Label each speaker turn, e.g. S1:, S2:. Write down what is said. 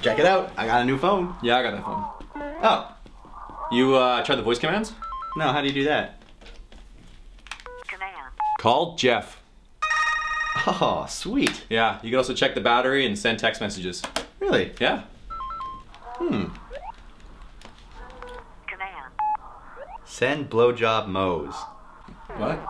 S1: Check it out. I got a new phone.
S2: Yeah, I got that phone.
S1: Oh,
S2: You uh, tried the voice commands?
S1: no, how do you do that?
S3: Command.
S2: Call Jeff.
S1: Oh, sweet.
S2: Yeah, you can also check the battery and send text messages.
S1: Really?
S2: Yeah.
S3: Command.
S1: Send blowjob Moe's.
S2: What?